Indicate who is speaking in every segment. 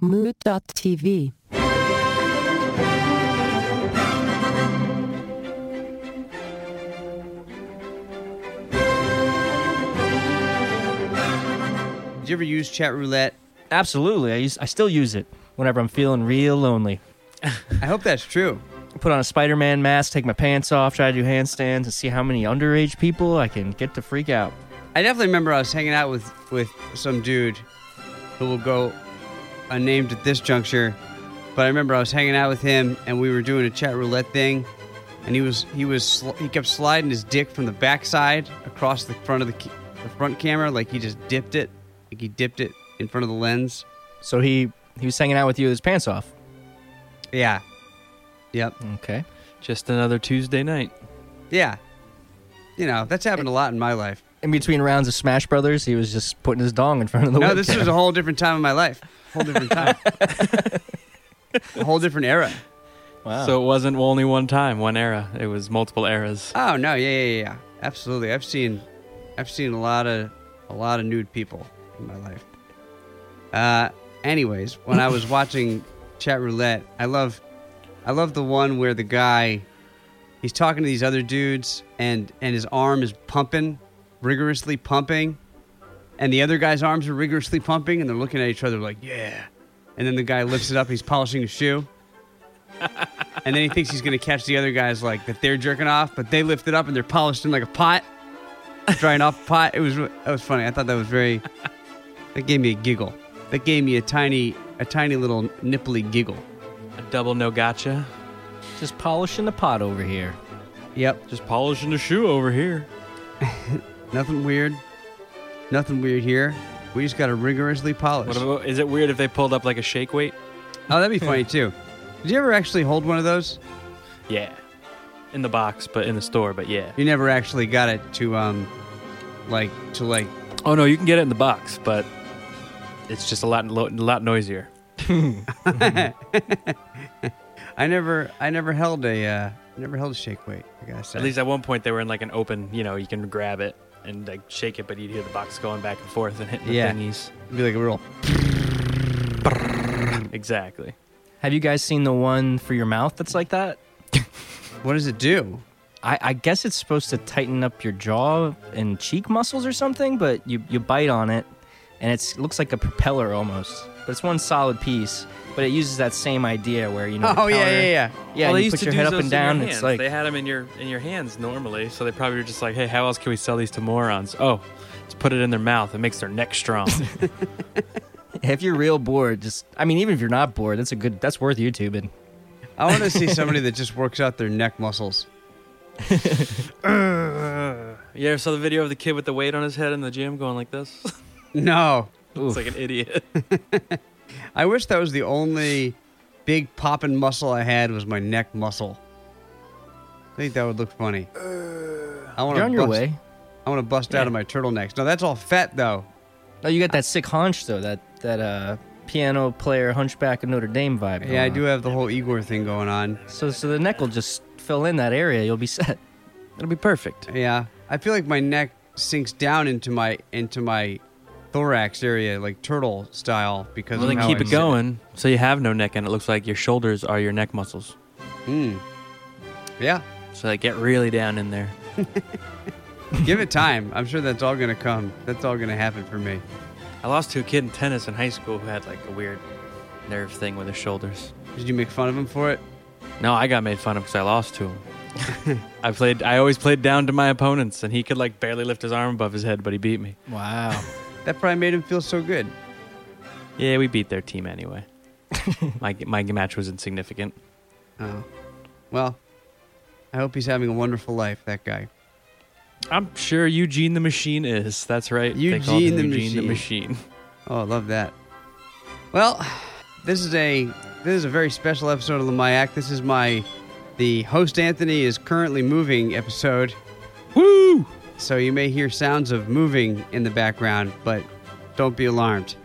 Speaker 1: Mood.tv.
Speaker 2: Did you ever use chat roulette?
Speaker 3: Absolutely. I, use, I still use it whenever I'm feeling real lonely.
Speaker 2: I hope that's true.
Speaker 3: Put on a Spider Man mask, take my pants off, try to do handstands, and see how many underage people I can get to freak out.
Speaker 2: I definitely remember I was hanging out with with some dude who will go unnamed at this juncture, but I remember I was hanging out with him and we were doing a chat roulette thing, and he was he was sl- he kept sliding his dick from the backside across the front of the, ca- the front camera like he just dipped it, like he dipped it in front of the lens.
Speaker 3: So he, he was hanging out with you with his pants off.
Speaker 2: Yeah, yep,
Speaker 3: Okay.
Speaker 4: Just another Tuesday night.
Speaker 2: yeah. You know that's happened a lot in my life.
Speaker 3: In between rounds of Smash Brothers, he was just putting his dong in front of the
Speaker 2: No,
Speaker 3: webcam.
Speaker 2: this was a whole different time in my life. Whole different time. a whole different era.
Speaker 3: Wow.
Speaker 4: So it wasn't only one time, one era. It was multiple eras.
Speaker 2: Oh no, yeah, yeah, yeah, absolutely. I've seen, I've seen a lot of, a lot of nude people in my life. Uh, anyways, when I was watching Chat Roulette, I love, I love the one where the guy, he's talking to these other dudes, and and his arm is pumping, rigorously pumping, and the other guy's arms are rigorously pumping, and they're looking at each other like, yeah, and then the guy lifts it up, he's polishing his shoe and then he thinks he's gonna catch the other guys like that they're jerking off, but they lift it up and they're polished in like a pot, drying off a pot. It was re- that was funny. I thought that was very. That gave me a giggle. That gave me a tiny, a tiny little nipply giggle.
Speaker 4: A double no gotcha.
Speaker 3: just polishing the pot over here.
Speaker 2: Yep,
Speaker 4: Just polishing the shoe over here.
Speaker 2: nothing weird, nothing weird here. We just gotta rigorously polish.
Speaker 4: What about, is it weird if they pulled up like a shake weight?
Speaker 2: oh, that'd be funny too. Did you ever actually hold one of those?
Speaker 4: Yeah. In the box, but in the store, but yeah.
Speaker 2: You never actually got it to, um, like to like.
Speaker 4: Oh no, you can get it in the box, but it's just a lot, lo- lot noisier.
Speaker 2: I never, I never held a, uh, never held a shake weight. I gotta say.
Speaker 4: At least at one point they were in like an open, you know, you can grab it and like shake it, but you'd hear the box going back and forth and hitting the
Speaker 2: Yeah.
Speaker 4: thingies.
Speaker 2: It'd be like a real
Speaker 4: Exactly.
Speaker 3: Have you guys seen the one for your mouth that's like that?
Speaker 2: What does it do?
Speaker 3: I, I guess it's supposed to tighten up your jaw and cheek muscles or something, but you, you bite on it and it's, it looks like a propeller almost. But it's one solid piece, but it uses that same idea where, you know.
Speaker 2: Oh,
Speaker 3: the powder- Yeah,
Speaker 4: they
Speaker 3: you put your head up and down. It's like,
Speaker 4: they had them in your in your hands normally, so they probably were just like, "Hey, how else can we sell these to morons?" Oh, let's put it in their mouth. It makes their neck strong.
Speaker 3: if you're real bored, just, I mean, even if you're not bored, that's a good, that's worth YouTubing.
Speaker 2: I want to see somebody that just works out their neck muscles.
Speaker 4: you ever saw the video of the kid with the weight on his head in the gym going like this?
Speaker 2: No,
Speaker 4: it's like an idiot.
Speaker 2: I wish that was the only big popping muscle I had was my neck muscle. I think that would look funny. I want
Speaker 3: You're
Speaker 2: to
Speaker 3: on
Speaker 2: bust,
Speaker 3: your way.
Speaker 2: I want to bust out of my turtlenecks. No, that's all fat though.
Speaker 3: Oh, you got that sick hunch though, that, that, uh, piano player hunchback of Notre Dame vibe. going
Speaker 2: Yeah, I
Speaker 3: on.
Speaker 2: do have the whole Igor thing going on.
Speaker 3: So, so the neck will just fill in that area. You'll be set.
Speaker 4: It'll be perfect.
Speaker 2: Yeah, I feel like my neck sinks down into my into my thorax area, like turtle style, because
Speaker 4: Well,
Speaker 2: of
Speaker 4: then
Speaker 2: how
Speaker 4: keep
Speaker 2: I
Speaker 4: it
Speaker 2: sit.
Speaker 4: going, so you have no neck, and it looks like your shoulders are your neck muscles.
Speaker 2: Mm. Yeah,
Speaker 4: So they get really down in there.
Speaker 2: give it time. I'm sure that's all gonna come. That's all gonna happen for me.
Speaker 4: I lost to a kid in tennis in high school who had like a weird nerve thing with his shoulders.
Speaker 2: Did you make fun of him for it?
Speaker 4: No, I got made fun of because I lost to him. I played. I always played down to my opponents, and he could like barely lift his arm above his head, but he beat me.
Speaker 3: Wow.
Speaker 2: That probably made him feel so good.
Speaker 4: Yeah, we beat their team anyway. my my match was insignificant.
Speaker 2: Oh. Well, I hope he's having a wonderful life, that guy.
Speaker 4: I'm sure Eugene the Machine is. That's right. They called
Speaker 2: Eugene
Speaker 4: him
Speaker 2: the
Speaker 4: Eugene the Machine.
Speaker 2: Oh, I love that. Well, this is a this is a very special episode of Lamayak. This is my the host Anthony is currently moving episode.
Speaker 4: Woo!
Speaker 2: So you may hear sounds of moving in the background, but don't be alarmed.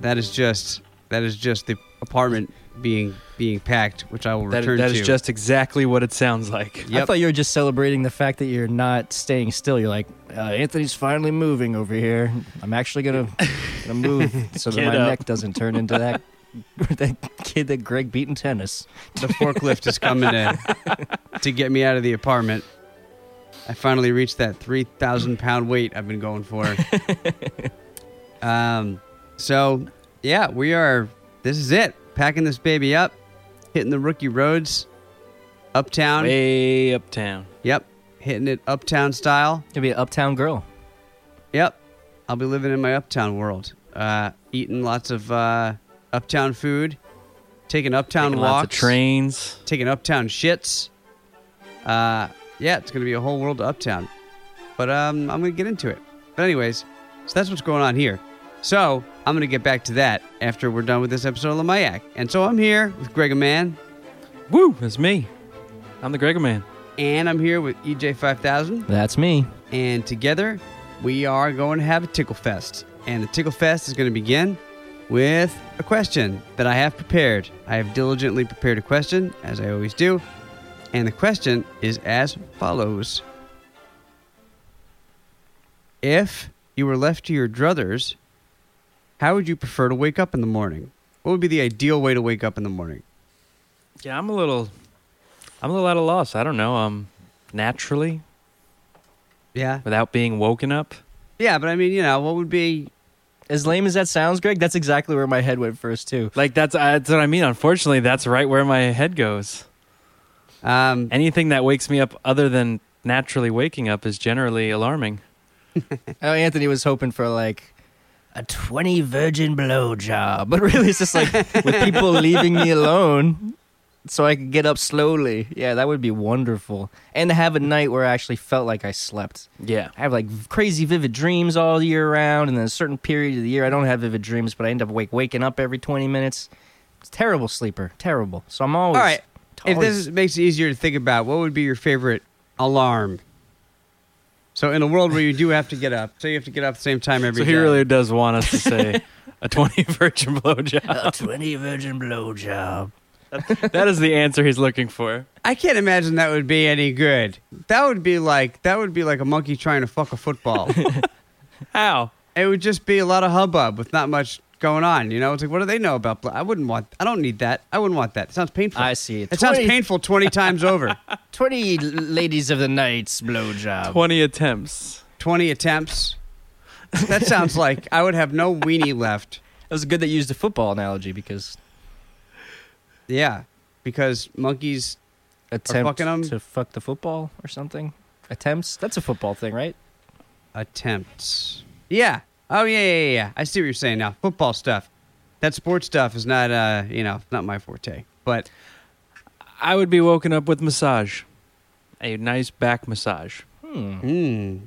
Speaker 2: That is just that is just the apartment being being packed, which I will
Speaker 4: That,
Speaker 2: return
Speaker 4: that
Speaker 2: to.
Speaker 4: is just exactly what it sounds like.
Speaker 2: Yep.
Speaker 3: I thought you were just celebrating the fact that you're not staying still. You're like, uh, Anthony's finally moving over here. I'm actually gonna, gonna move so that
Speaker 4: Get
Speaker 3: my
Speaker 4: up.
Speaker 3: neck doesn't turn into that that kid that Greg beat in tennis.
Speaker 2: The forklift is coming to to get me out of the apartment. I finally reached that three thousand pound weight I've been going for. um, so yeah, we are. This is it. Packing this baby up, hitting the rookie roads, uptown.
Speaker 4: Way uptown.
Speaker 2: Yep, hitting it uptown style.
Speaker 3: Gonna be an uptown girl.
Speaker 2: Yep. I'll be living in my uptown world. Uh, eating lots of uh, uptown food, taking uptown
Speaker 4: Taking
Speaker 2: walks,
Speaker 4: Lots of trains.
Speaker 2: taking uptown shits. Uh, yeah, it's going to be a whole world of uptown. But um, I'm going to get into it. But, anyways, so that's what's going on here. So, I'm going to get back to that after we're done with this episode of Lamayak. And so, I'm here with Greg Man,
Speaker 4: Woo, that's me. I'm the Gregor man.
Speaker 2: and I'm here with E EJ5000.
Speaker 3: That's me.
Speaker 2: and together we are going to have a tickle fest. And the tickle fest is going to begin with a question that I have prepared. I have diligently prepared a question, as I always do, and the question is as follows If you were left to your druthers, how would you prefer to wake up in the morning? What would be the ideal way to wake up in the morning?
Speaker 4: Yeah, I'm a little, I'm a little at a loss. I don't know. Um, naturally,
Speaker 2: Yeah.
Speaker 4: without being woken up.
Speaker 2: Yeah, but I mean, you know, what would be.
Speaker 3: As lame as that sounds, Greg, that's exactly where my head went first too.
Speaker 4: Like that's uh, that's what I mean. Unfortunately, that's right where my head goes.
Speaker 2: Um,
Speaker 4: Anything that wakes me up other than naturally waking up is generally alarming.
Speaker 3: Oh, Anthony was hoping for like a twenty virgin blow job, but really it's just like with people leaving me alone, so I could get up slowly. Yeah, that would be wonderful, and to have a night where I actually felt like I slept.
Speaker 4: Yeah.
Speaker 3: I have like v- crazy vivid dreams all year round, and then a certain period of the year I don't have vivid dreams, but I end up wake waking up every twenty minutes. It's terrible sleeper, terrible. So I'm always
Speaker 2: All right. If
Speaker 3: always-
Speaker 2: this is- makes it easier to think about, what would be your favorite alarm? So, in a world where you do have to get up, so you have to get up at the same time every
Speaker 4: So
Speaker 2: day.
Speaker 4: he really does want us to say a 20 virgin blowjob.
Speaker 3: a twenty virgin blowjob.
Speaker 4: That is the answer he's looking for.
Speaker 2: I can't imagine that would be any good. That would be like that would be like a monkey trying to fuck a football.
Speaker 4: How?
Speaker 2: it would just be a lot of hubbub with not much going on. You know, it's like what do they know about? Bla- I wouldn't want. I don't need that. I wouldn't want that. It sounds painful.
Speaker 3: I see.
Speaker 2: It sounds
Speaker 3: 20
Speaker 2: painful twenty times over.
Speaker 3: Twenty l- ladies of the night's blowjob.
Speaker 4: 20 attempts.
Speaker 2: 20 attempts. That sounds like I would have no weenie left.
Speaker 3: It was good that you used the football analogy because
Speaker 2: Yeah, because monkeys
Speaker 3: attempt
Speaker 2: fucking 'em.
Speaker 3: to fuck the football or something. Attempts. That's a football thing, right?
Speaker 2: attempts. Yeah. Oh yeah, yeah, yeah, yeah. I see what you're saying now. Football stuff. That sports stuff is not, uh, you know, not my forte. But
Speaker 4: I would be woken up with massage. A nice back massage.
Speaker 3: Hmm.
Speaker 2: mm,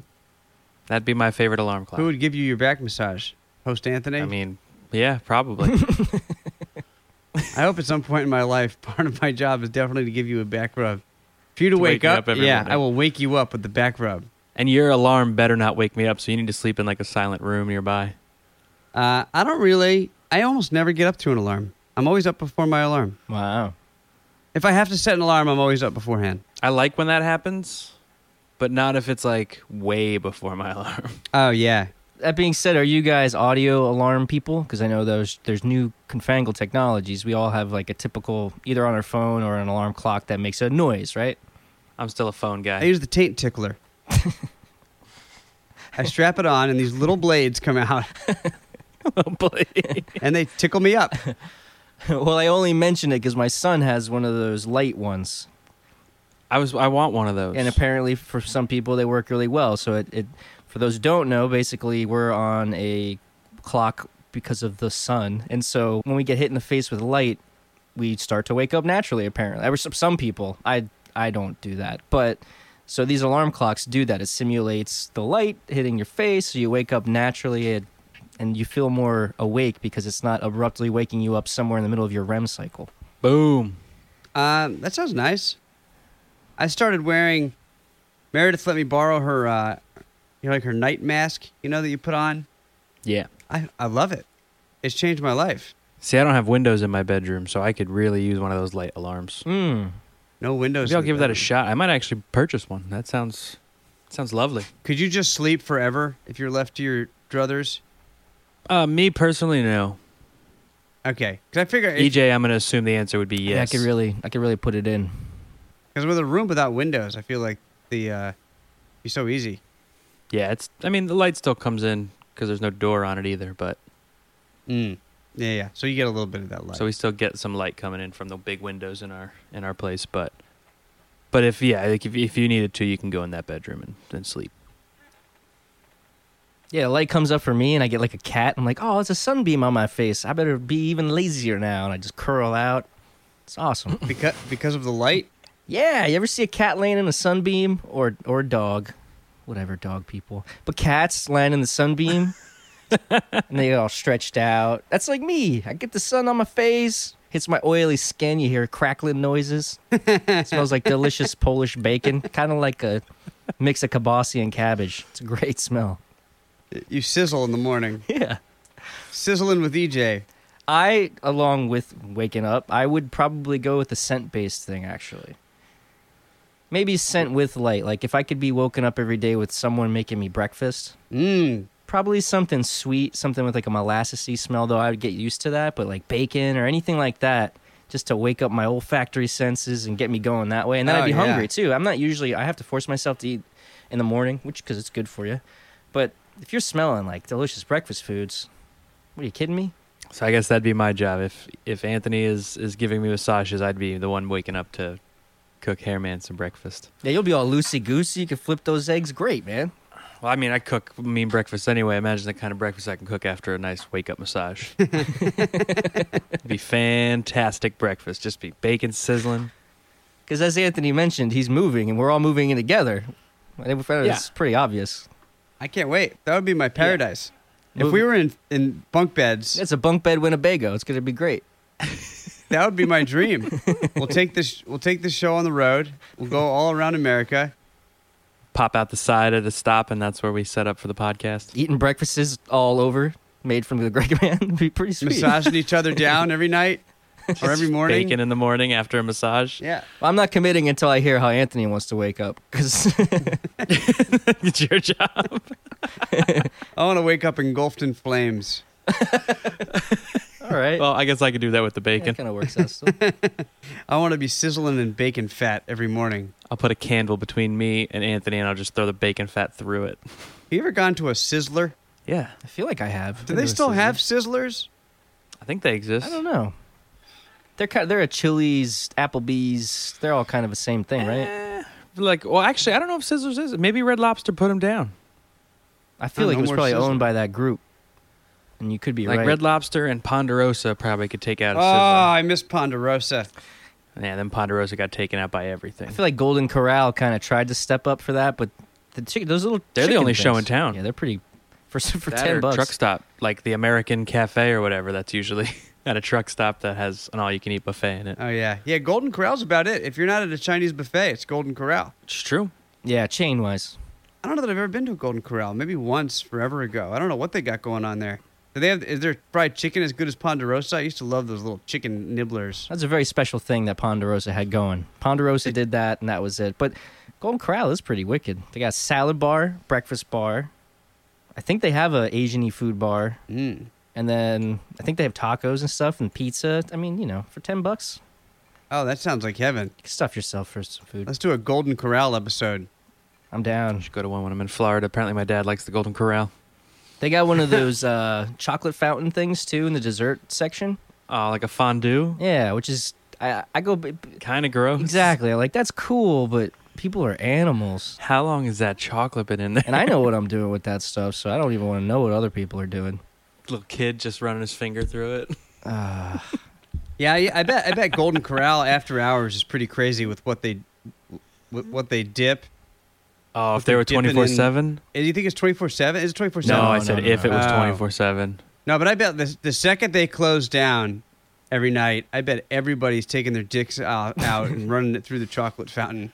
Speaker 4: That'd be my favorite alarm clock.
Speaker 2: who would give you your back massage? Host Anthony.
Speaker 4: I mean, yeah, probably.
Speaker 2: I hope at some point in my life, part of my job is definitely to give you a back rub. For you to,
Speaker 4: To
Speaker 2: wake,
Speaker 4: wake me
Speaker 2: up,
Speaker 4: up every
Speaker 2: yeah,
Speaker 4: morning.
Speaker 2: I will wake you up with the back rub.
Speaker 4: and your alarm better not wake me up, so you need to sleep in like a silent room nearby.
Speaker 2: Uh, I don't really. I almost never get up to an alarm. I'm always up before my alarm.
Speaker 3: Wow.
Speaker 2: If I have to set an alarm, I'm always up beforehand.
Speaker 4: I like when that happens, but not if it's like way before my alarm.
Speaker 2: Oh yeah,
Speaker 3: That being said, are you guys audio alarm people? Because I know there's there's new confangled technologies. We all have like a typical either on our phone or an alarm clock that makes a noise, right?
Speaker 4: I'm still a phone
Speaker 2: I
Speaker 4: guy.
Speaker 2: use the taint tickler. I strap it on, and these little blades come out,
Speaker 3: Oh,
Speaker 2: and they tickle me up.
Speaker 3: well, I only mention it because my son has one of those light ones,
Speaker 4: I was I want one of those.
Speaker 3: and apparently for some people they work really well. So it, it for those who don't know, basically we're on a clock because of the sun, and so when we get hit in the face with light, we start to wake up naturally. Apparently, or some, some people. I I don't do that, but so these alarm clocks do that. It simulates the light hitting your face, so you wake up naturally. It, and you feel more awake because it's not abruptly waking you up somewhere in the middle of your REM cycle.
Speaker 4: Boom.
Speaker 2: Um, that sounds nice. I started wearing. Meredith let me borrow her, uh, you know, like her night mask, you know, that you put on.
Speaker 4: Yeah.
Speaker 2: I, I love it. It's changed my life.
Speaker 4: See, I don't have windows in my bedroom, so I could really use one of those light alarms.
Speaker 3: Mm.
Speaker 2: No windows.
Speaker 4: Maybe I'll
Speaker 2: in the
Speaker 4: give that a
Speaker 2: bedroom.
Speaker 4: shot. I might actually purchase one. That sounds sounds lovely.
Speaker 2: Could you just sleep forever if you're left to your druthers?
Speaker 4: Uh, me personally, no.
Speaker 2: Okay, because I figure because
Speaker 4: EJ, E I'm gonna assume the answer would be
Speaker 3: Yeah, I
Speaker 4: yes.
Speaker 3: could really, I could really put it in.
Speaker 2: with a room without windows, I feel like the uh, be so easy.
Speaker 4: yeah, it's. I mean, the light still comes in because there's no door on it either, but
Speaker 2: Mm. Yeah, yeah. So you get a little bit of that light.
Speaker 4: so we still get some light coming in from the big windows in our in our place. But but if yeah, like if if you needed to, you can go in that bedroom and, and sleep.
Speaker 3: Yeah, the light comes up for me, and I get like a cat. I'm like, oh, it's a sunbeam on my face. I better be even lazier now, and I just curl out. It's awesome.
Speaker 2: because because of the light.
Speaker 3: yeah, you ever see a cat laying in a sunbeam or or a dog, whatever dog people, but cats lying in the sunbeam, and they get all stretched out. That's like me. I get the sun on my face, hits my oily skin. You hear crackling noises. it smells like delicious Polish bacon, kind of like a mix of kibasi and cabbage. It's a great smell.
Speaker 2: You sizzle in the morning.
Speaker 3: Yeah.
Speaker 2: Sizzling with E EJ.
Speaker 3: I, along with waking up, I would probably go with the scent based thing actually. Maybe scent with light. Like if I could be woken up every day with someone making me breakfast,
Speaker 2: Mm.
Speaker 3: probably something sweet, something with like a molassesy smell. Though I would get used to that, but like bacon or anything like that, just to wake up my olfactory senses and get me going that way. And then
Speaker 2: Oh,
Speaker 3: I'd be
Speaker 2: yeah.
Speaker 3: hungry too. I'm not usually. I have to force myself to eat in the morning, which because it's good for you. But if you're smelling like delicious breakfast foods, what are you kidding me?
Speaker 4: So I guess that'd be my job. If if Anthony is is giving me massages, I'd be the one waking up to cook Hairman some breakfast.
Speaker 3: Yeah, you'll be all loosey goosey. You can flip those eggs. Great, man.
Speaker 4: Well, I mean, I cook mean breakfast anyway. Imagine the kind of breakfast I can cook after a nice wake up massage. It'd be fantastic breakfast. Just be bacon sizzling.
Speaker 3: Because as Anthony mentioned, he's moving, and we're all moving in together. I think we found
Speaker 4: Yeah.
Speaker 3: it's pretty obvious.
Speaker 2: I can't wait. That would be my paradise. If
Speaker 3: Move-
Speaker 2: we were in in bunk beds,
Speaker 3: It's a bunk bed Winnebago. It's gonna be great.
Speaker 2: That would be my dream. we'll take this. We'll take this show on the road. We'll go all around America.
Speaker 4: Pop out the side at the stop, and that's where we set up for the podcast.
Speaker 3: Eating breakfasts all over, made from the Greg Man. It'd be pretty sweet.
Speaker 2: Massaging each other down every night or every morning.
Speaker 4: Bacon in the morning after a massage.
Speaker 2: Yeah.
Speaker 3: I'm not committing until I hear how Anthony wants to wake up. Because
Speaker 4: it's your job.
Speaker 2: I want to wake up engulfed in flames.
Speaker 3: all right,
Speaker 4: Well, I guess I could do that with the
Speaker 3: that
Speaker 4: bacon.
Speaker 3: kind of works out. Still.
Speaker 2: I want to be sizzling in bacon fat every morning.
Speaker 4: I'll put a candle between me and Anthony, and I'll just throw the bacon fat through it.
Speaker 2: Have you ever gone to a sizzler?
Speaker 4: Yeah,
Speaker 3: I feel like I have.
Speaker 2: Do they still have sizzlers?
Speaker 4: I think they exist.
Speaker 3: I don't know. They're kind. They're a Chili's, Applebee's. They're all kind of the same thing, right?
Speaker 4: Eh, like, well, actually, I don't know if Sizzlers is. Maybe Red Lobster put them down. Oh,
Speaker 3: I feel
Speaker 2: No,
Speaker 3: like
Speaker 2: no
Speaker 3: it was
Speaker 2: more
Speaker 3: probably
Speaker 2: sizzler.
Speaker 3: owned by that group. And you could be
Speaker 4: like
Speaker 3: right.
Speaker 4: Red Lobster and Ponderosa probably could take out.
Speaker 2: Oh,
Speaker 4: A
Speaker 3: Ah.
Speaker 4: Sizzler.
Speaker 2: I miss Ponderosa.
Speaker 4: Yeah, then Ponderosa got taken out by everything.
Speaker 3: I feel like Golden Corral kind of tried to step up for that, but the chick- those little
Speaker 4: They're the
Speaker 3: chicken
Speaker 4: only show
Speaker 3: things-
Speaker 4: in town.
Speaker 3: Yeah, they're pretty for for
Speaker 4: That
Speaker 3: ten
Speaker 4: or
Speaker 3: bucks.
Speaker 4: truck stop, like the American Cafe or whatever. That's usually at a truck stop that has an all-you-can-eat buffet in it.
Speaker 2: Oh yeah, yeah. Golden Corral's about it. If you're not at a Chinese buffet, it's Golden Corral.
Speaker 4: It's true.
Speaker 3: yeah, chain wise.
Speaker 2: I don't know that I've ever been to a Golden Corral. Maybe once, forever ago. I don't know what they got going on there. Do they have? Is their fried chicken as good as Ponderosa? I used to love those little chicken nibblers.
Speaker 3: That's a very special thing that Ponderosa had going. Ponderosa did that, and that was it. But Golden Corral is pretty wicked. They got salad bar, breakfast bar. I think they have a Asian y food bar,
Speaker 2: Mm.
Speaker 3: and then I think they have tacos and stuff and pizza. I mean, you know, for ten bucks,
Speaker 2: Oh, that sounds like heaven.
Speaker 3: you can stuff yourself for some food.
Speaker 2: Let's do a Golden Corral episode.
Speaker 3: I'm down.
Speaker 4: I should go to one when I'm in Florida. Apparently, my dad likes the Golden Corral.
Speaker 3: They got one of those uh, chocolate fountain things too in the dessert section.
Speaker 4: Oh, like a fondue.
Speaker 3: Yeah, which is I I go b- b-
Speaker 4: Kind of gross.
Speaker 3: exactly like that's cool, but people are animals,
Speaker 4: How long has that chocolate been in there?
Speaker 3: and I know what I'm doing with that stuff, so I don't even want to know what other people are doing.
Speaker 4: Little kid just running his finger through it.
Speaker 3: Uh,
Speaker 2: Yeah, I, I bet. I bet Golden Corral after hours is pretty crazy with what they, with what they dip.
Speaker 4: Oh,
Speaker 2: With
Speaker 4: if they
Speaker 2: the
Speaker 4: were
Speaker 2: dipping in-
Speaker 4: 24 7?
Speaker 2: Do you think it's twenty four seven? Is it twenty four
Speaker 4: No,
Speaker 2: seven?
Speaker 4: I
Speaker 3: no,
Speaker 4: said
Speaker 3: no,
Speaker 4: if
Speaker 3: no.
Speaker 4: it was
Speaker 2: Oh.
Speaker 4: 24 7.
Speaker 2: No, but I bet the, the second they close down every night, I bet everybody's taking their dicks out, out and running it through the chocolate fountain.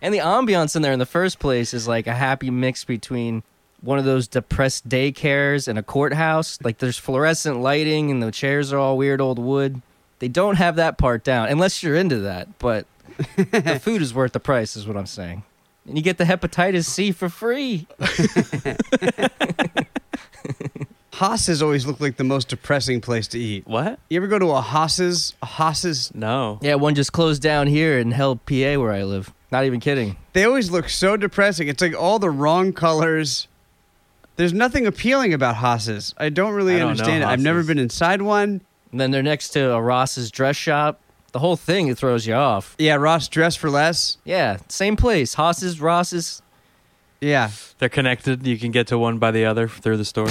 Speaker 3: And the ambiance in there in the first place is like a happy mix between one of those depressed daycares and a courthouse. Like there's fluorescent lighting, and the chairs are all weird old wood. They don't have that part down unless you're into that, but the food is worth the price, is what I'm saying. And you get the hepatitis C for free.
Speaker 2: Haas's always look like the most depressing place to eat.
Speaker 4: What?
Speaker 2: You ever go to a Haas's? A Haas's?
Speaker 4: No.
Speaker 3: Yeah, one just closed down here in Hell, PA, where I live. Not even kidding.
Speaker 2: They always look so depressing. It's like all the wrong colors. There's nothing appealing about Haas's. I don't really
Speaker 4: I don't know
Speaker 2: understand it. I've never
Speaker 4: Haas's.
Speaker 2: been inside one.
Speaker 3: And then they're next to a Ross's dress shop. The whole thing it throws you off.
Speaker 2: Yeah, Ross dress for less.
Speaker 3: Yeah, same place. Haas's, Ross's.
Speaker 2: Yeah,
Speaker 4: They're connected. You can get to one by the other through the store.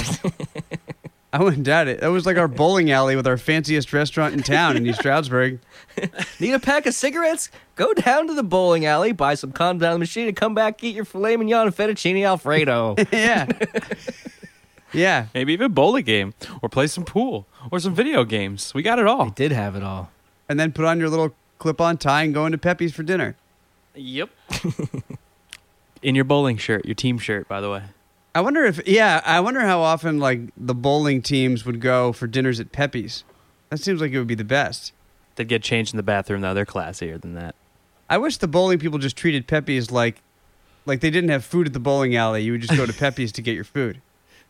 Speaker 2: I wouldn't doubt it. That was like our bowling alley with our fanciest restaurant in town in East Stroudsburg.
Speaker 3: Need a pack of cigarettes? Go down to the bowling alley, buy some condoms down the machine, and come back eat your filet mignon and fettuccine alfredo.
Speaker 2: yeah. Yeah.
Speaker 4: Maybe even bowl a game or play some pool or some video games. We got it
Speaker 3: I
Speaker 4: all.
Speaker 3: did have it all.
Speaker 2: And then put on your little clip on tie and go into Pepe's for dinner.
Speaker 4: Yep. In your bowling shirt, your team shirt, by the way.
Speaker 2: I wonder if, yeah, I wonder how often like the bowling teams would go for dinners at Pepe's. That seems like it would be the best.
Speaker 4: They'd get changed in the bathroom though. They're classier than that.
Speaker 2: I wish the bowling people just treated Pepe's like, like they didn't have food at the bowling alley. You would just go to Pepe's to get your food.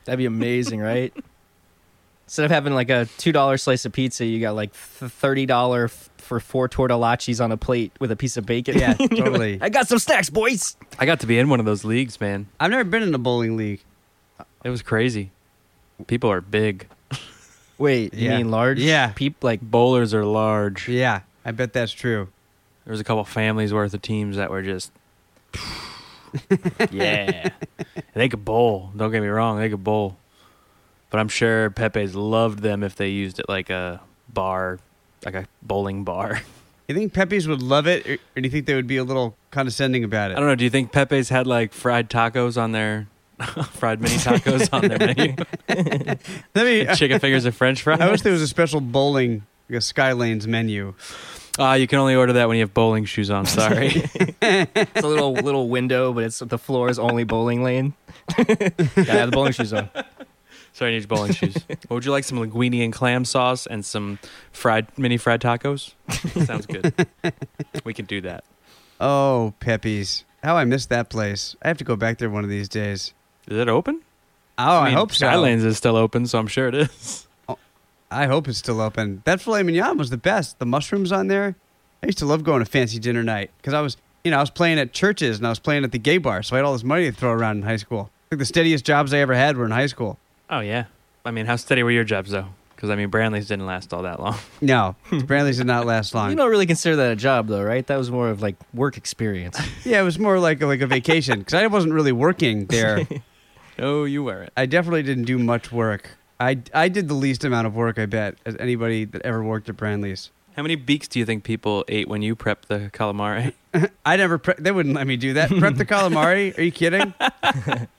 Speaker 3: That'd be amazing, right? Instead of having like a two dollar slice of pizza, you got like th- thirty dollar f- for four tortellachis on a plate with a piece of bacon.
Speaker 2: Yeah, totally.
Speaker 3: I got some snacks, boys.
Speaker 4: I got to be in one of those leagues, man.
Speaker 2: I've never been in a bowling league.
Speaker 4: It was crazy. People are big.
Speaker 3: Wait, you
Speaker 2: Yeah.
Speaker 3: mean large?
Speaker 2: Yeah.
Speaker 3: peep like
Speaker 4: Bowlers are large.
Speaker 2: Yeah, I bet that's true.
Speaker 4: There was a couple families worth of teams that were just Yeah. And they could bowl. Don't get me wrong, they could bowl. But I'm sure Pepe's loved them if they used it like a bar, like a bowling bar.
Speaker 2: You think Pepe's would love it, or, or do you think they would be a little condescending about
Speaker 4: I
Speaker 2: it?
Speaker 4: don't know. Do you think Pepe's had like fried tacos on their fried mini tacos on their menu?
Speaker 2: Let me-
Speaker 4: Chicken fingers and French fries.
Speaker 2: I wish there was a special bowling like a Skylanes menu.
Speaker 4: Ah, you can only order that when you have bowling shoes on. Sorry.
Speaker 3: it's a little little window, but it's the floor is only bowling lane. Gotta have the bowling shoes on.
Speaker 4: Sorry, I need your bowling shoes. What would you like? Some linguine and clam sauce and some fried mini fried tacos? Sounds good. we can do that.
Speaker 2: Oh, Pepe's. How I missed that place. I have to go back there one of these days.
Speaker 4: Is it open?
Speaker 2: Oh, I,
Speaker 4: mean,
Speaker 2: hope so.
Speaker 4: Skylanes is still open, so I'm sure it is.
Speaker 2: I hope it's still open. That filet mignon was the best. The mushrooms on there. I used to love going to fancy dinner night because I was, you know, I was playing at churches and I was playing at the gay bar, so I had all this money to throw around in high school. Like the steadiest jobs I ever had were in high school.
Speaker 4: Oh yeah. I mean, how steady were your jobs though? Because I mean, Branley's didn't last all that long.
Speaker 2: No, Brantley's did not last long.
Speaker 3: You don't really consider that a job, though, right? That was more of like work experience.
Speaker 2: yeah, it was more like like a vacation because I wasn't really working there.
Speaker 4: Oh, you wear it.
Speaker 2: I definitely didn't do much work. I, I did the least amount of work, I bet, as anybody that ever worked at Brantley's.
Speaker 4: How many beaks do you think people ate when you prepped the calamari?
Speaker 2: I never, pre- they wouldn't let me do that. Prep the calamari? Are you kidding?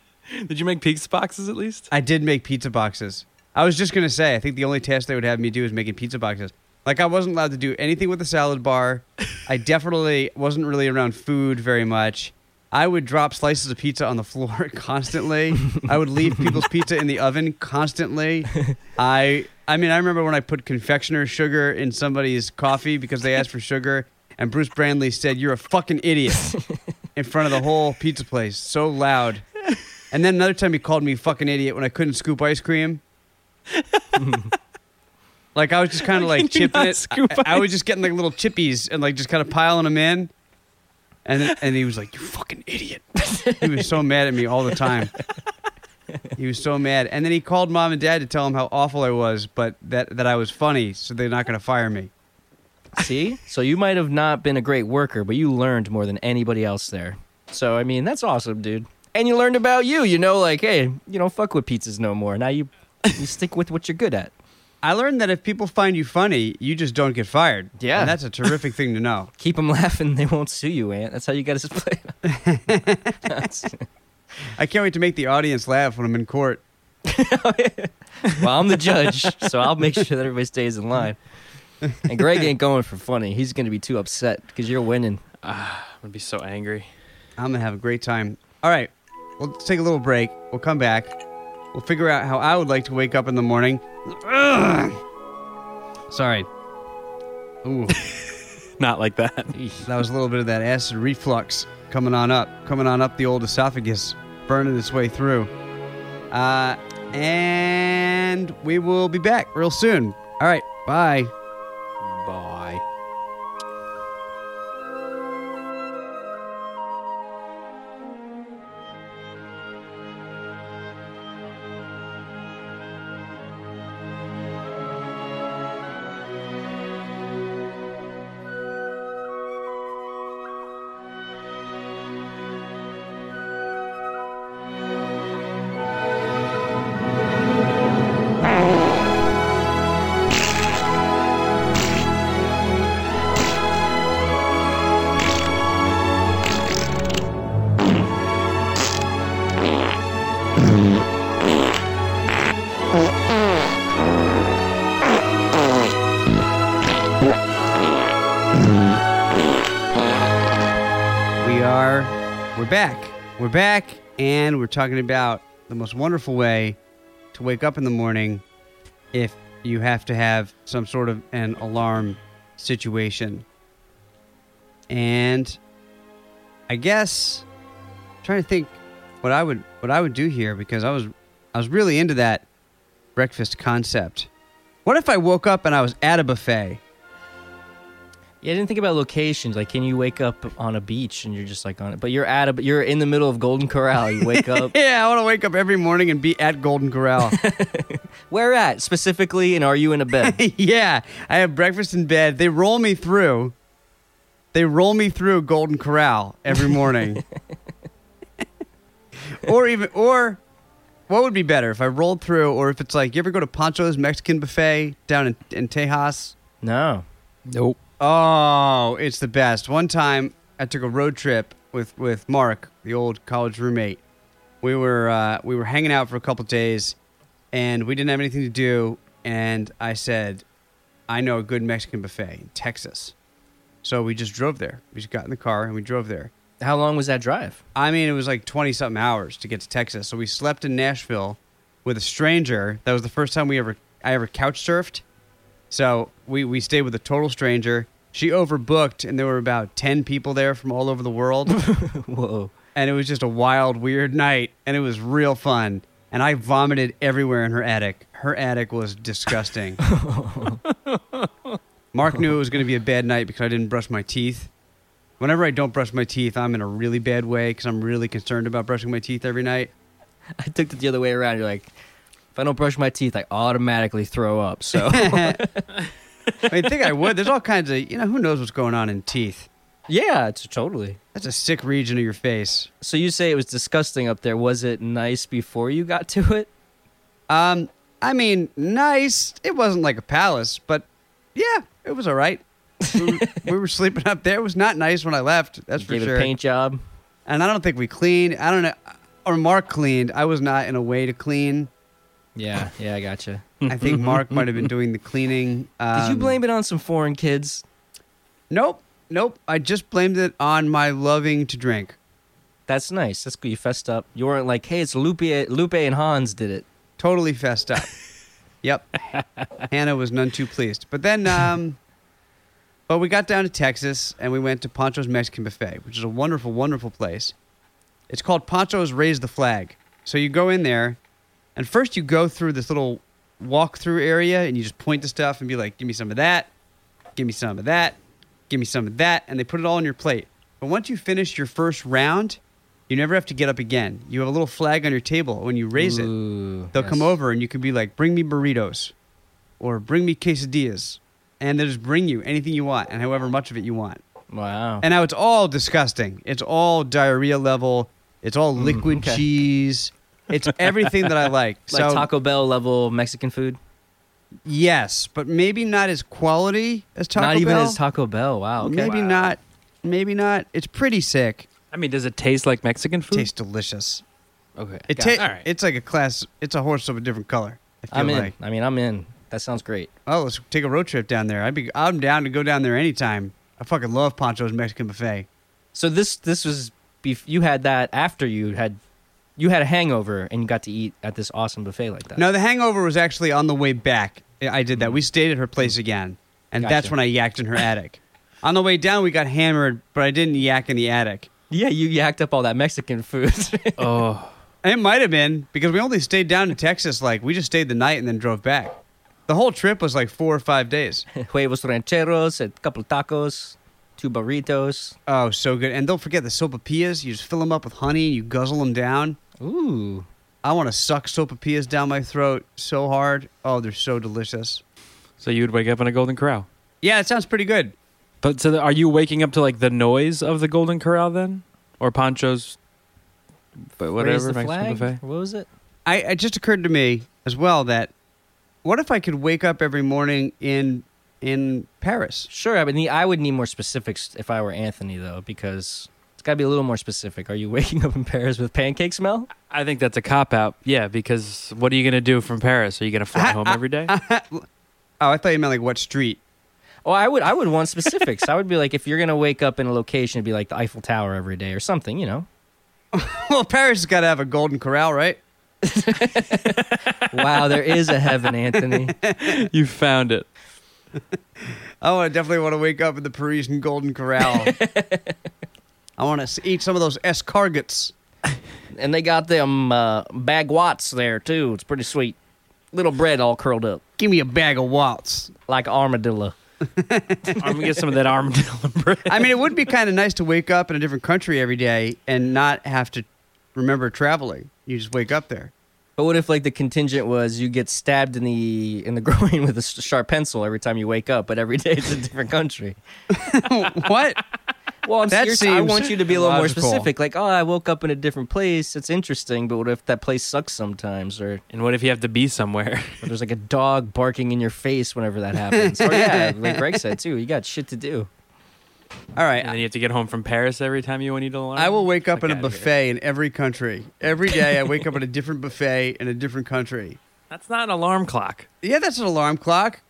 Speaker 4: Did you make pizza boxes at least?
Speaker 2: I did make pizza boxes. I was just gonna say, I think the only task they would have me do is making pizza boxes. Like I wasn't allowed to do anything with a salad bar. I definitely wasn't really around food very much. I would drop slices of pizza on the floor constantly. I would leave people's pizza in the oven constantly. I I mean, I remember when I put confectioner sugar in somebody's coffee because they asked for sugar and Bruce Brandley said, "You're a fucking idiot." in front of the whole pizza place so loud. And then another time he called me a fucking idiot when I couldn't scoop ice cream. like I was just kind of like
Speaker 4: Can you
Speaker 2: chipping
Speaker 4: not
Speaker 2: it.
Speaker 4: scoop
Speaker 2: I, I was
Speaker 4: ice?
Speaker 2: just getting like little chippies and like just kind of piling them in. And then- and he was like, "You fucking idiot." he was so mad at me all the time. He was so mad. And then he called mom and dad to tell him how awful I was, but that that I was funny, so they're not going to fire me.
Speaker 3: See? So you might have not been a great worker, but you learned more than anybody else there. So, I mean, that's awesome, dude. And you learned about you, you know, like, hey, you don't fuck with pizzas no more. Now you you stick with what you're good at.
Speaker 2: I learned that if people find you funny, you just don't get fired.
Speaker 3: Yeah.
Speaker 2: And that's a terrific thing to know.
Speaker 3: Keep them laughing, they won't sue you, Aunt. That's how you got to play.
Speaker 2: I can't wait to make the audience laugh when I'm in court.
Speaker 3: well, I'm the judge, so I'll make sure that everybody stays in line. And Greg ain't going for funny. He's going to be too upset because you're winning.
Speaker 4: I'm gonna be so angry.
Speaker 2: I'm gonna have a great time. All right, we'll take a little break. We'll come back. We'll figure out how I would like to wake up in the morning. Ugh. Sorry. Ooh,
Speaker 4: Not like that.
Speaker 2: that was a little bit of that acid reflux coming on up, coming on up the old esophagus, burning its way through. Uh, and we will be back real soon. All right. Bye.
Speaker 4: Bye.
Speaker 2: We are, we're back. We're back, and we're talking about the most wonderful way to wake up in the morning if you have to have some sort of an alarm situation. And I guess I'm trying to think what I would what I would do here because I was I was really into that breakfast concept. What if I woke up and I was at a buffet?
Speaker 3: Yeah, I didn't think about locations. Like, can you wake up on a beach and you're just like on it? But you're at a, you're in the middle of Golden Corral. You wake up.
Speaker 2: Yeah, I want to wake up every morning and be at Golden Corral.
Speaker 3: Where at specifically? And are you in a bed?
Speaker 2: yeah, I have breakfast in bed. They roll me through. They roll me through Golden Corral every morning. or even or what would be better if I rolled through or if it's like you ever go to Pancho's Mexican buffet down in, in Tejas?
Speaker 3: no.
Speaker 4: Nope.
Speaker 2: Oh, it's the best. One time I took a road trip with with Mark, the old college roommate. We were uh, we were hanging out for a couple days, and we didn't have anything to do. And I said, I know a good Mexican buffet in Texas, so we just drove there. We just got in the car and we drove there.
Speaker 3: How long was that drive?
Speaker 2: I mean, it was like 20 something hours to get to Texas. So we slept in Nashville with a stranger. That was the first time we ever I ever couch surfed. So we, we stayed with a total stranger. She overbooked, and there were about 10 people there from all over the world.
Speaker 3: Whoa.
Speaker 2: and it was just a wild, weird night. And it was real fun. And I vomited everywhere in her attic. Her attic was disgusting. Mark knew it was going to be a bad night because I didn't brush my teeth. Whenever I don't brush my teeth, I'm in a really bad way because I'm really concerned about brushing my teeth every night.
Speaker 3: I took it the other way around. You're like, if I don't brush my teeth, I automatically throw up. So
Speaker 2: I mean, think I would. There's all kinds of, you know, who knows what's going on in teeth.
Speaker 3: yeah, it's totally.
Speaker 2: That's a sick region of your face.
Speaker 3: So you say it was disgusting up there. Was it nice before you got to it?
Speaker 2: Um, I mean, nice. It wasn't like a palace, but yeah, it was all right. we, were, we were sleeping up there. It was not nice when I left. That's for
Speaker 3: Gave
Speaker 2: sure.
Speaker 3: it a paint job.
Speaker 2: And I don't think we cleaned. I don't know. Or Mark cleaned. I was not in a way to clean.
Speaker 3: Yeah, yeah, I gotcha.
Speaker 2: I think Mark might have been doing the cleaning. Um,
Speaker 3: Did you blame it on some foreign kids?
Speaker 2: Nope, nope. I just blamed it on my loving to drink.
Speaker 3: That's nice. That's good. You fessed up. You weren't like, hey, it's Lupe, Lupe and Hans did it.
Speaker 2: Totally fessed up. yep. Hannah was none too pleased. But then, um, but we got down to Texas and we went to Pancho's Mexican Buffet, which is a wonderful, wonderful place. It's called Pancho's Raise the Flag. So you go in there, and first you go through this little walkthrough area and you just point to stuff and be like, give me some of that, give me some of that, give me some of that. And they put it all on your plate. But once you finish your first round, you never have to get up again. You have a little flag on your table. When you raise it,
Speaker 3: Ooh,
Speaker 2: They'll
Speaker 3: yes.
Speaker 2: come over and you can be like, bring me burritos or bring me quesadillas. And they'll just bring you anything you want and however much of it you want.
Speaker 3: Wow.
Speaker 2: And now it's all disgusting. It's all diarrhea level. It's all liquid
Speaker 3: Mm, okay.
Speaker 2: cheese. It's everything that I like.
Speaker 3: like
Speaker 2: so,
Speaker 3: Taco Bell level Mexican food.
Speaker 2: yes, but maybe not as quality as Taco
Speaker 3: Not even
Speaker 2: Bell.
Speaker 3: as Taco Bell. Wow. Okay.
Speaker 2: Maybe
Speaker 4: Wow.
Speaker 2: not. Maybe not. It's pretty sick.
Speaker 4: I mean, does it taste like Mexican food?
Speaker 2: Tastes delicious.
Speaker 4: Okay.
Speaker 2: It
Speaker 4: Got
Speaker 2: ta-
Speaker 4: it. All right.
Speaker 2: It's like a class. It's a horse of a different color. I feel
Speaker 3: I'm in.
Speaker 2: like.
Speaker 3: I mean, I'm in. That sounds great.
Speaker 2: Oh, let's take a road trip down there. I'd be I'm down to go down there anytime. I fucking love Pancho's Mexican buffet.
Speaker 3: So this this was bef- you had that after you had you had a hangover and you got to eat at this awesome buffet like that.
Speaker 2: No, the hangover was actually on the way back. I I did that. We stayed at her place again, and that's
Speaker 3: Gotcha.
Speaker 2: when I yacked in her attic. On the way down, we got hammered, but I didn't yak in the attic.
Speaker 3: Yeah, you yacked up all that Mexican food.
Speaker 4: oh,
Speaker 2: It might have been because we only stayed down in Texas. Like we just stayed the night and then drove back. The whole trip was like four or five days.
Speaker 3: Huevos rancheros, a couple tacos, two burritos.
Speaker 2: Oh, so good. And don't forget the sopapillas. You just fill them up with honey and you guzzle them down.
Speaker 3: Ooh.
Speaker 2: I want to suck sopapillas down my throat so hard. Oh, they're so delicious.
Speaker 4: So you would wake up in a Golden Corral.
Speaker 2: Yeah, it sounds pretty good.
Speaker 4: But so the, are you waking up to like the noise of the Golden Corral then, or Pancho's? But whatever.
Speaker 3: Raise the
Speaker 4: Mexican
Speaker 3: flag?
Speaker 4: buffet?
Speaker 3: What was it?
Speaker 2: I it just occurred to me as well that what if I could wake up every morning in in Paris?
Speaker 3: Sure, I would need I would need more specifics if I were Anthony though, because it's got to be a little more specific. Are you waking up in Paris with pancake smell?
Speaker 4: I think that's a cop out. Yeah, because what are you gonna do from Paris? Are you gonna fly home every day?
Speaker 2: Oh, I thought you meant like what street?
Speaker 3: Oh, I would I would want specifics. I would be like, if you're gonna wake up in a location, it'd be like the Eiffel Tower every day or something, you know?
Speaker 2: well, Paris has got to have a golden corral, right?
Speaker 3: Wow, there is a heaven, Anthony.
Speaker 4: you found it.
Speaker 2: I want to definitely want to wake up in the Parisian golden corral. I want to eat some of those escargots.
Speaker 3: And they got them uh, baguettes there too. It's pretty sweet. Little bread all curled up
Speaker 2: Give me a bag of waltz.
Speaker 3: like armadillo.
Speaker 4: I'm gonna get some of that armadillo bread.
Speaker 2: I mean, it would be kind of nice to wake up in a different country every day and not have to remember traveling. You just wake up there.
Speaker 3: But what if like the contingent was you get stabbed in the in the groin with a s- sharp pencil every time you wake up, but every day it's a different country.
Speaker 2: what?
Speaker 3: Well, I'm
Speaker 2: That
Speaker 3: serious. I
Speaker 2: seems
Speaker 3: want you to be a little more
Speaker 2: logical.
Speaker 3: specific. Like, oh, I woke up in a different place. It's interesting, but what if that place sucks sometimes, or,
Speaker 4: and what if you have to be somewhere?
Speaker 3: or there's like a dog barking in your face whenever that happens? or yeah, like Greg said too, you got shit to do.
Speaker 2: All right.
Speaker 4: and then you have to get home from Paris every time you need to learn.
Speaker 2: I will wake up in
Speaker 4: Fuck
Speaker 2: a
Speaker 4: outta here.
Speaker 2: buffet in every country. Every day I wake up in a different buffet in a different country.
Speaker 4: That's not an alarm clock.
Speaker 2: Yeah, that's an alarm clock.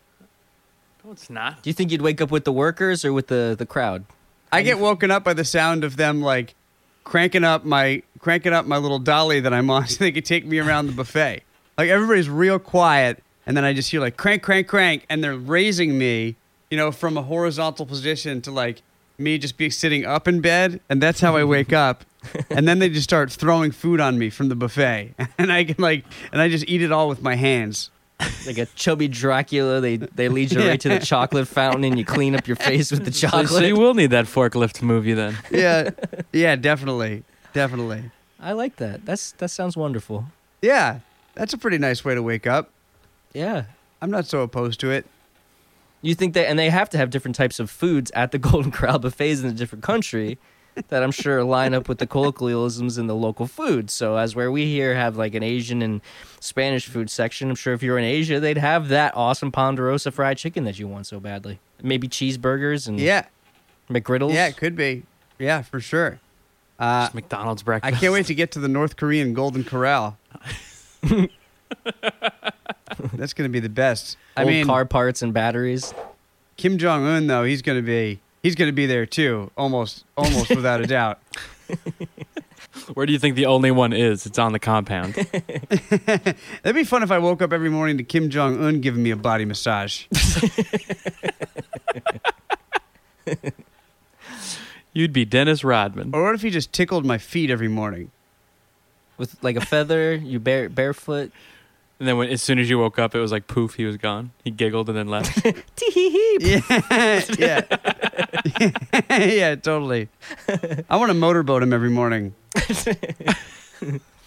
Speaker 4: No, it's not.
Speaker 3: Do you think you'd wake up with the workers or with the the crowd?
Speaker 2: I get woken up by the sound of them like cranking up my cranking up my little dolly that I'm on so they could take me around the buffet. Like everybody's real quiet and then I just hear like crank crank crank and they're raising me, you know, from a horizontal position to like me just be sitting up in bed and that's how I wake up. And then they just start throwing food on me from the buffet. And I can like and I just eat it all with my hands.
Speaker 3: Like a chubby Dracula, they they lead you
Speaker 2: Yeah.
Speaker 3: right to the chocolate fountain, and you clean up your face with the
Speaker 4: So,
Speaker 3: chocolate.
Speaker 4: so you will need that forklift to move you then.
Speaker 2: Yeah. yeah, definitely. Definitely.
Speaker 3: I like that. That's that sounds wonderful.
Speaker 2: Yeah. That's a pretty nice way to wake up.
Speaker 3: Yeah.
Speaker 2: I'm not so opposed to it.
Speaker 3: You think that, and they have to have different types of foods at the Golden Corral buffets in a different country that I'm sure line up with the colloquialisms in the local food. So, as where we here have like an Asian and Spanish food section, I'm sure if you're in Asia, they'd have that awesome Ponderosa fried chicken that you want so badly. Maybe cheeseburgers and
Speaker 2: Yeah,
Speaker 3: McGriddles.
Speaker 2: yeah, it could be. Yeah, for sure.
Speaker 4: Just McDonald's breakfast.
Speaker 2: Uh, I can't wait to get to the North Korean Golden Corral. That's going to be the best. I
Speaker 3: old
Speaker 2: mean,
Speaker 3: car parts and batteries.
Speaker 2: Kim Jong Un though, he's going to be he's going to be there too, almost almost without a doubt.
Speaker 4: Where do you think the only one is? It's on the compound.
Speaker 2: That'd be fun if I woke up every morning to Kim Jong Un giving me a body massage.
Speaker 4: You'd be Dennis Rodman.
Speaker 2: or what if he just tickled my feet every morning?
Speaker 3: With like a feather, you bare barefoot.
Speaker 4: And then when, as soon as you woke up, it was like poof, he was gone. He giggled and then left.
Speaker 3: Tee-hee-hee.
Speaker 2: Yeah, yeah, yeah, totally. I want to motorboat him every morning. that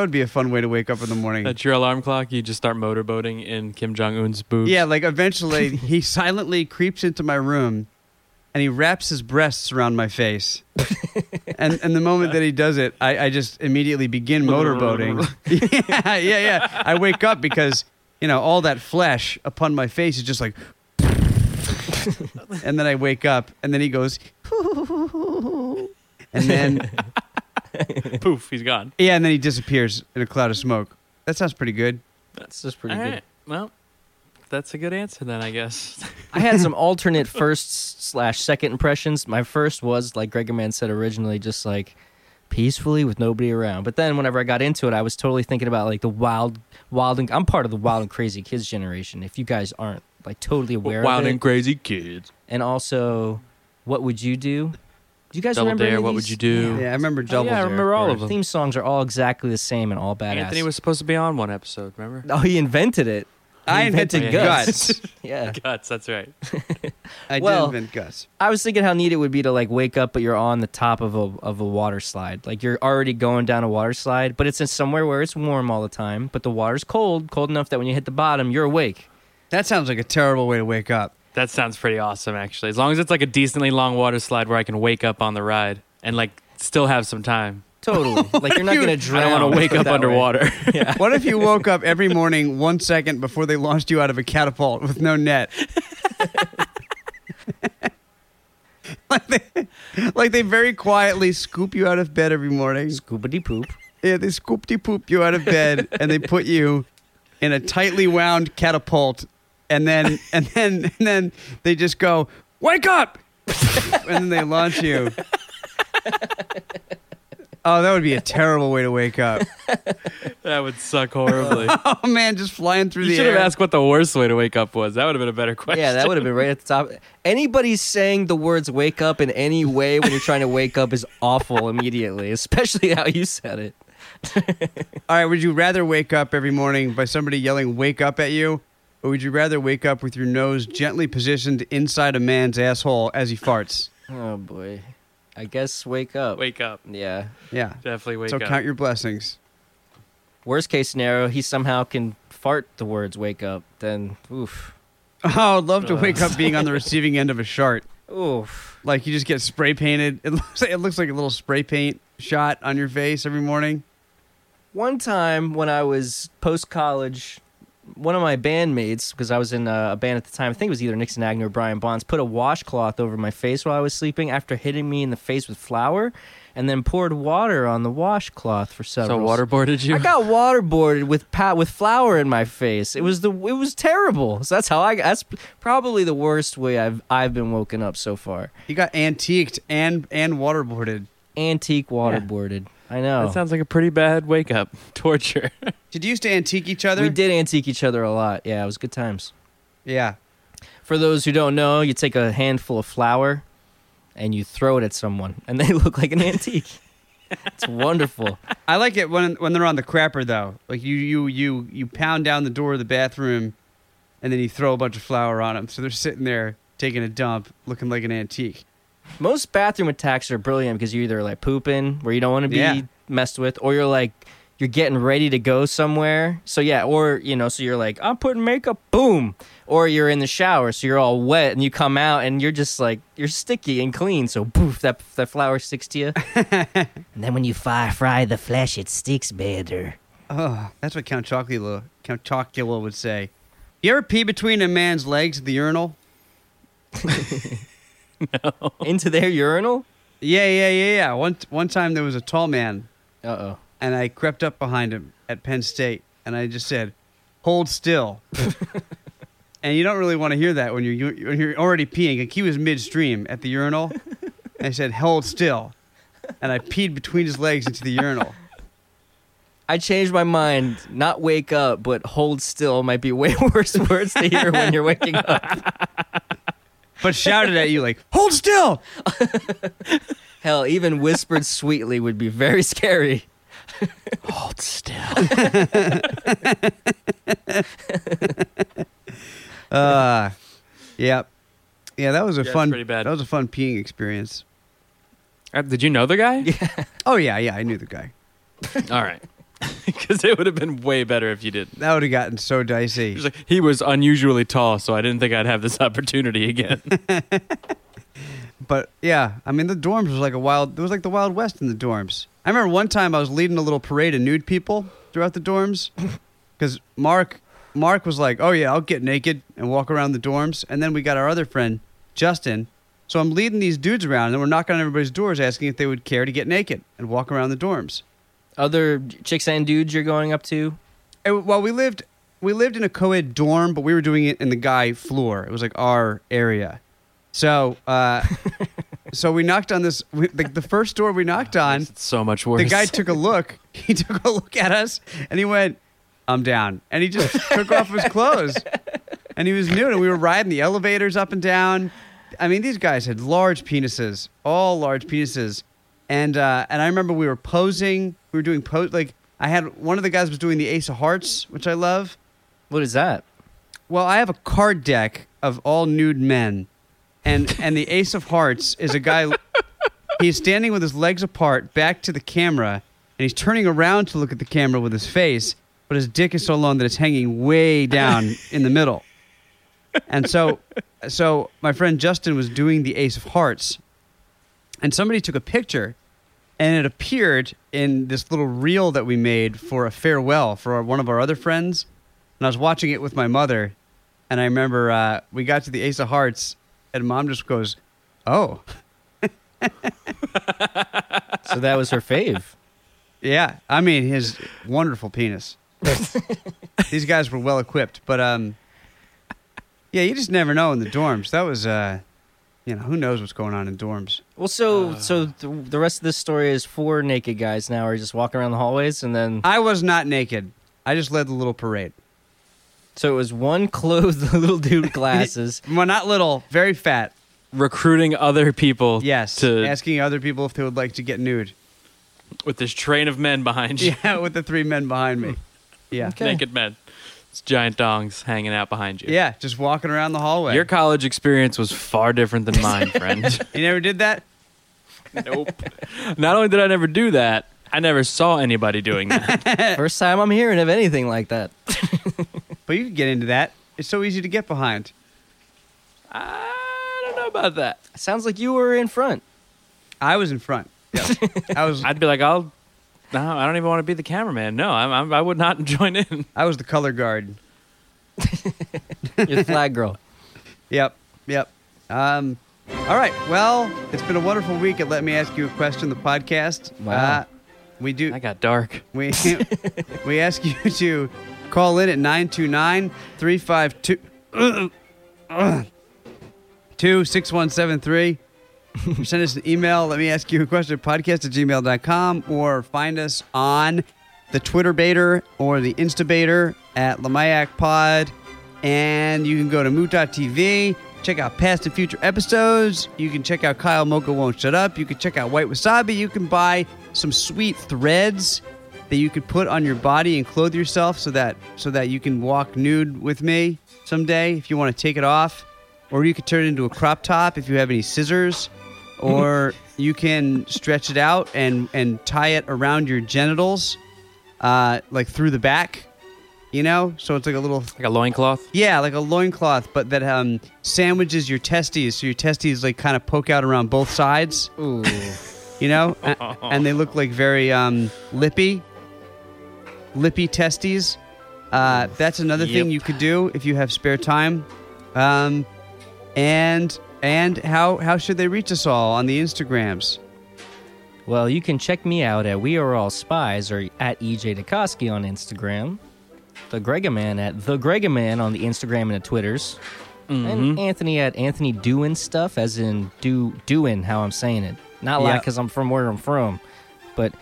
Speaker 2: would be a fun way to wake up in the morning.
Speaker 4: That's your alarm clock. You just start motorboating in Kim Jong Un's boobs.
Speaker 2: Yeah, like eventually he silently creeps into my room and he wraps his breasts around my face. and and the moment that he does it, I, I just immediately begin motorboating. yeah, yeah, yeah. I wake up because, you know, all that flesh upon my face is just like and then I wake up and then he goes and then
Speaker 4: poof, he's gone.
Speaker 2: yeah, and then he disappears in a cloud of smoke. That sounds pretty good.
Speaker 3: That's just pretty
Speaker 4: All
Speaker 3: good.
Speaker 4: right. Well, that's a good answer then, I guess.
Speaker 3: I had some alternate first slash second impressions. My first was like Gregor Man said originally, just like peacefully with nobody around. But then whenever I got into it, I was totally thinking about like the wild, wild. And, I'm part of the wild and crazy kids generation. If you guys aren't like totally aware
Speaker 4: Wild
Speaker 3: of it,
Speaker 4: and crazy kids.
Speaker 3: and also, what would you do? Do you guys
Speaker 4: Double
Speaker 3: remember any
Speaker 4: Dare,
Speaker 3: of
Speaker 4: what would
Speaker 3: these?
Speaker 4: you do?
Speaker 2: Yeah, I remember
Speaker 4: Oh,
Speaker 2: double.
Speaker 4: yeah, I
Speaker 2: Dare, of
Speaker 4: remember all of
Speaker 2: course.
Speaker 4: them.
Speaker 3: Theme songs are all exactly the same and all badass.
Speaker 4: Anthony was supposed to be on one episode, remember?
Speaker 3: Oh, he invented it. He
Speaker 2: I invented guts.
Speaker 3: yeah.
Speaker 4: Guts, that's right.
Speaker 2: I
Speaker 3: Well-
Speaker 2: did invent Gus.
Speaker 3: I was thinking how neat it would be to like wake up, but you're on the top of a of a water slide. Like you're already going down a water slide, but it's in somewhere where it's warm all the time, but the water's cold, cold enough that when you hit the bottom, you're awake.
Speaker 2: That sounds like a terrible way to wake up.
Speaker 4: That sounds pretty awesome, actually. As long as it's like a decently long water slide where I can wake up on the ride and like still have some time.
Speaker 3: Totally. Like you're not gonna drown.
Speaker 4: I don't want to wake
Speaker 3: put it
Speaker 4: up
Speaker 3: that way.
Speaker 4: underwater. yeah.
Speaker 2: What if you woke up every morning one second before they launched you out of a catapult with no net? like, they, like they very quietly scoop you out of bed every morning.
Speaker 3: Scoobity poop.
Speaker 2: Yeah, they scoop de poop you out of bed and they put you in a tightly wound catapult and then and then and then they just go, Wake up and then they launch you. Oh, that would be a terrible way to wake up.
Speaker 4: That would suck horribly.
Speaker 2: Oh man, just flying through
Speaker 4: you
Speaker 2: the
Speaker 4: should have
Speaker 2: air.
Speaker 4: asked what the worst way to wake up was. That would have been a better question.
Speaker 3: Yeah, that would have been right at the top. Anybody saying the words wake up in any way when you're trying to wake up is awful immediately, especially how you said it.
Speaker 2: All right, would you rather wake up every morning by somebody yelling "wake up" at you, or would you rather wake up with your nose gently positioned inside a man's asshole as he farts?
Speaker 3: Oh boy. I guess wake up.
Speaker 4: Wake up.
Speaker 3: Yeah.
Speaker 2: Yeah.
Speaker 4: Definitely wake
Speaker 2: so
Speaker 4: up.
Speaker 2: count your blessings.
Speaker 3: Worst case scenario, he somehow can fart the words "wake up." Then oof,
Speaker 2: Oh, I'd love to wake up being on the receiving end of a shart.
Speaker 3: oof.
Speaker 2: Like you just get spray painted. It looks like, it looks like a little spray paint shot on your face every morning.
Speaker 3: One time when I was post college, one of my bandmates, because I was in a, a band at the time, I think it was either Nixon Agnew or Brian Bonds, put a washcloth over my face while I was sleeping after hitting me in the face with flour, and then poured water on the washcloth for
Speaker 4: so
Speaker 3: several.
Speaker 4: waterboarded you?
Speaker 3: I got waterboarded with pat with flour in my face. It was the it was terrible. So that's how I. That's probably the worst way I've I've been woken up so far.
Speaker 2: You got antiqued and and waterboarded.
Speaker 3: antique waterboarded. I know.
Speaker 4: That sounds like a pretty bad wake up. Torture.
Speaker 2: Did you used to antique each other?
Speaker 3: we did antique each other a lot. Yeah, it was good times.
Speaker 2: Yeah.
Speaker 3: For those who don't know, you take a handful of flour and you throw it at someone, and they look like an antique. It's wonderful.
Speaker 2: I like it when when they're on the crapper though. Like you you you you pound down the door of the bathroom, and then you throw a bunch of flour on them. So they're sitting there taking a dump, looking like an antique.
Speaker 3: Most bathroom attacks are brilliant because you're either like pooping where you don't want to be
Speaker 2: Yeah.
Speaker 3: messed with, or you're like you're getting ready to go somewhere. So yeah, or you know, so you're like I'm putting makeup, boom, or you're in the shower, so you're all wet and you come out and you're just like you're sticky and clean, so poof, that that flour sticks to you. and then when you fry, fry the flesh, it sticks better.
Speaker 2: Oh, that's what Count Chocula Count Chocula would say. You ever pee between a man's legs at the urinal?
Speaker 3: Into their urinal.
Speaker 2: Yeah, yeah, yeah, yeah. One one time there was a tall man,
Speaker 3: Uh oh.
Speaker 2: and I crept up behind him at Penn State, and I just said, "Hold still." and you don't really want to hear that when you're when you're already peeing. Like he was midstream at the urinal, and I said, "Hold still," and I peed between his legs into the urinal.
Speaker 3: I changed my mind. Not wake up, but hold still might be way worse words to hear when you're waking up.
Speaker 2: But shouted at you like, "Hold still!"
Speaker 3: Hell, even whispered sweetly would be very scary.
Speaker 4: Hold still.
Speaker 2: Uh, yep. Yeah, that was a
Speaker 4: Yeah, it's
Speaker 2: fun.
Speaker 4: pretty bad.
Speaker 2: That was a fun peeing experience.
Speaker 4: Uh, Did you know the guy?
Speaker 2: Oh yeah, yeah, I knew the guy.
Speaker 4: All right. Because it would have been way better if you didn't.
Speaker 2: That would have gotten so dicey.
Speaker 4: He was, like, he was unusually tall, so I didn't think I'd have this opportunity again.
Speaker 2: But yeah, I mean the dorms was like a wild. It was like the Wild West in the dorms. I remember one time I was leading a little parade of nude people throughout the dorms, because Mark, Mark was like, "Oh yeah, I'll get naked and walk around the dorms." And then we got our other friend Justin. So I'm leading these dudes around, and then we're knocking on everybody's doors asking if they would care to get naked and walk around the dorms.
Speaker 3: Other chicks and dudes you're going up to?
Speaker 2: And while we lived, we lived in a co-ed dorm, but we were doing it in the guy floor. It was like our area. So, uh, so we knocked on this. We, the, the first door we knocked on,
Speaker 4: It's so much worse.
Speaker 2: the guy took a look. He took a look at us and he went, I'm down. And he just took off his clothes. And he was nude. And we were riding the elevators up and down. I mean, these guys had large penises, all large penises, and uh, and I remember we were posing. We were doing pose like I had one of the guys was doing the Ace of Hearts, which I love.
Speaker 3: What is that?
Speaker 2: Well, I have a card deck of all nude men, and and the Ace of Hearts is a guy. he's standing with his legs apart, back to the camera, and he's turning around to look at the camera with his face, but his dick is so long that it's hanging way down in the middle. And so, so my friend Justin was doing the Ace of Hearts, and somebody took a picture, and it appeared in this little reel that we made for a farewell for our, one of our other friends. And I was watching it with my mother, and I remember uh, we got to the Ace of Hearts, and mom just goes, "Oh,
Speaker 3: So that was her fave.
Speaker 2: yeah." I mean, his wonderful penis. These guys were well equipped, but um, yeah, you just never know in the dorms. That was uh, you know, who knows what's going on in dorms.
Speaker 3: Well, so so th- the rest of this story is four naked guys now are just walking around the hallways, and then
Speaker 2: I was not naked. I just led the little parade.
Speaker 3: so it was one clothed little dude with glasses.
Speaker 2: Well, not little, very fat.
Speaker 4: Recruiting other people.
Speaker 2: Yes,
Speaker 4: To
Speaker 2: asking other people if they would like to get nude.
Speaker 4: with this train of men behind you,
Speaker 2: Yeah, with the three men behind me. Yeah,
Speaker 3: Okay.
Speaker 4: naked men, it's giant dongs hanging out behind you.
Speaker 2: yeah, just walking around the hallway.
Speaker 4: Your college experience was far different than mine, friend.
Speaker 2: you never did that.
Speaker 4: nope. Not only did I never do that, I never saw anybody doing that.
Speaker 3: First time I'm hearing of anything like that.
Speaker 2: But you can get into that. It's so easy to get behind.
Speaker 4: I don't know about that.
Speaker 3: Sounds like you were in front.
Speaker 2: I was in front. Yeah. I was I,
Speaker 4: I'd be like, I'll. No, I don't even want to be the cameraman. No, I'm, I'm, I would not join in.
Speaker 2: was the color guard.
Speaker 3: You're the flag girl.
Speaker 2: Yep. Yep. Um all right. Well, it's been a wonderful week at Let Me Ask You a Question, the podcast. Uh,
Speaker 3: Wow.
Speaker 2: we do
Speaker 4: I got dark.
Speaker 2: we we ask you to call in at 929-352 26173 send us an email let me ask you a question podcast at gmail.com or find us on the twitter baiter or the instabater at lamayak pod and you can go to moot.tv check out past and future episodes you can check out kyle mocha won't shut up you can check out white wasabi you can buy some sweet threads that you could put on your body and clothe yourself so that so that you can walk nude with me someday if you want to take it off or you could turn it into a crop top if you have any scissors or you can stretch it out and and tie it around your genitals uh, like through the back you know so it's like a little
Speaker 4: Like a loincloth.
Speaker 2: yeah like a loincloth but that um, sandwiches your testes so your testes like kind of poke out around both sides
Speaker 3: Ooh.
Speaker 2: you know, A- and, they look like very um, lippy, lippy testes. Uh, that's another thing
Speaker 4: Yep.
Speaker 2: you could do if you have spare time. Um, and and how how should they reach us all on the Instagrams?
Speaker 3: Well, you can check me out at We Are All Spies or at EJ Dukoski on Instagram. The Gregaman at The Gregaman on the Instagram and the Twitters. And Anthony at Anthony Doing Stuff, as in do doing how I'm saying it. Not like
Speaker 2: Yeah.
Speaker 3: because I'm from where I'm from, but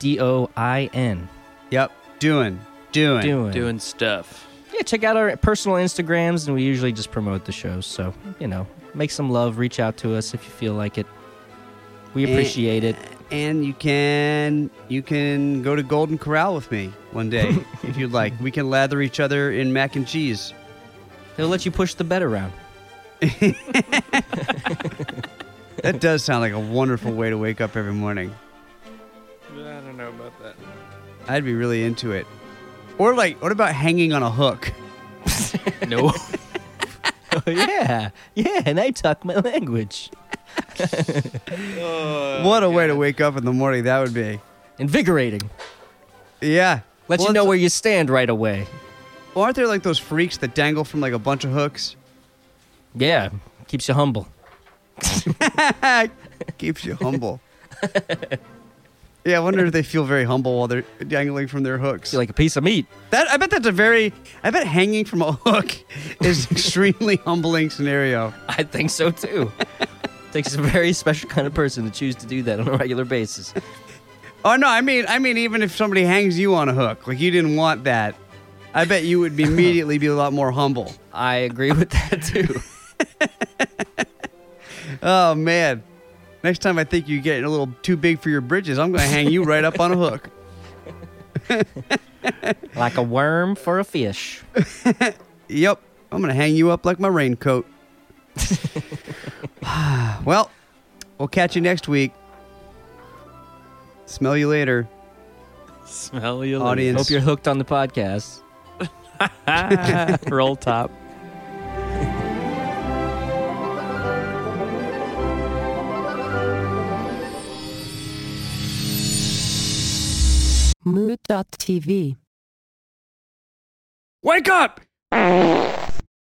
Speaker 3: D O I N.
Speaker 2: Yep, doing, doing,
Speaker 3: Doing.
Speaker 4: Doing stuff.
Speaker 3: Yeah, check out our personal Instagrams, and we usually just promote the shows. So, you know, make some love, reach out to us if you feel like it. We
Speaker 2: Eh.
Speaker 3: appreciate it.
Speaker 2: And you can you can go to Golden Corral with me one day if you'd like. We can lather each other in mac and cheese.
Speaker 3: They'll let you push the bed around.
Speaker 2: That does sound like a wonderful way to wake up every morning.
Speaker 4: I don't know about that.
Speaker 2: I'd be really into it. Or like, what about hanging on a hook?
Speaker 4: No.
Speaker 3: yeah, yeah, and I talk my language.
Speaker 2: what a way to wake up in the morning that would be.
Speaker 3: Invigorating.
Speaker 2: Yeah.
Speaker 3: Let
Speaker 2: Well,
Speaker 3: you know
Speaker 2: it's-
Speaker 3: where you stand right away.
Speaker 2: well, aren't there like those freaks that dangle from like a bunch of hooks?
Speaker 3: Yeah, keeps you humble.
Speaker 2: Keeps you humble. yeah, I wonder if they feel very humble while they're dangling from their hooks.
Speaker 3: You're like a piece of meat.
Speaker 2: that I bet that's a very I bet hanging from a hook is extremely humbling scenario.
Speaker 3: I think so too. Takes a very special kind of person to choose to do that on a regular basis.
Speaker 2: Oh no, I mean I mean even if somebody hangs you on a hook, like you didn't want that, I bet you would be immediately be a lot more humble.
Speaker 3: I agree with that too.
Speaker 2: Oh man. Next time I think you're getting a little too big for your britches, I'm gonna hang you right up on a hook.
Speaker 3: like a worm for a fish.
Speaker 2: Yep. I'm gonna hang you up like my raincoat. well, we'll catch you next week. Smell you later.
Speaker 4: Smell you,
Speaker 2: Audience.
Speaker 3: Hope you're hooked on the podcast.
Speaker 4: later. Roll top.
Speaker 1: Mood.tv.
Speaker 4: Wake up!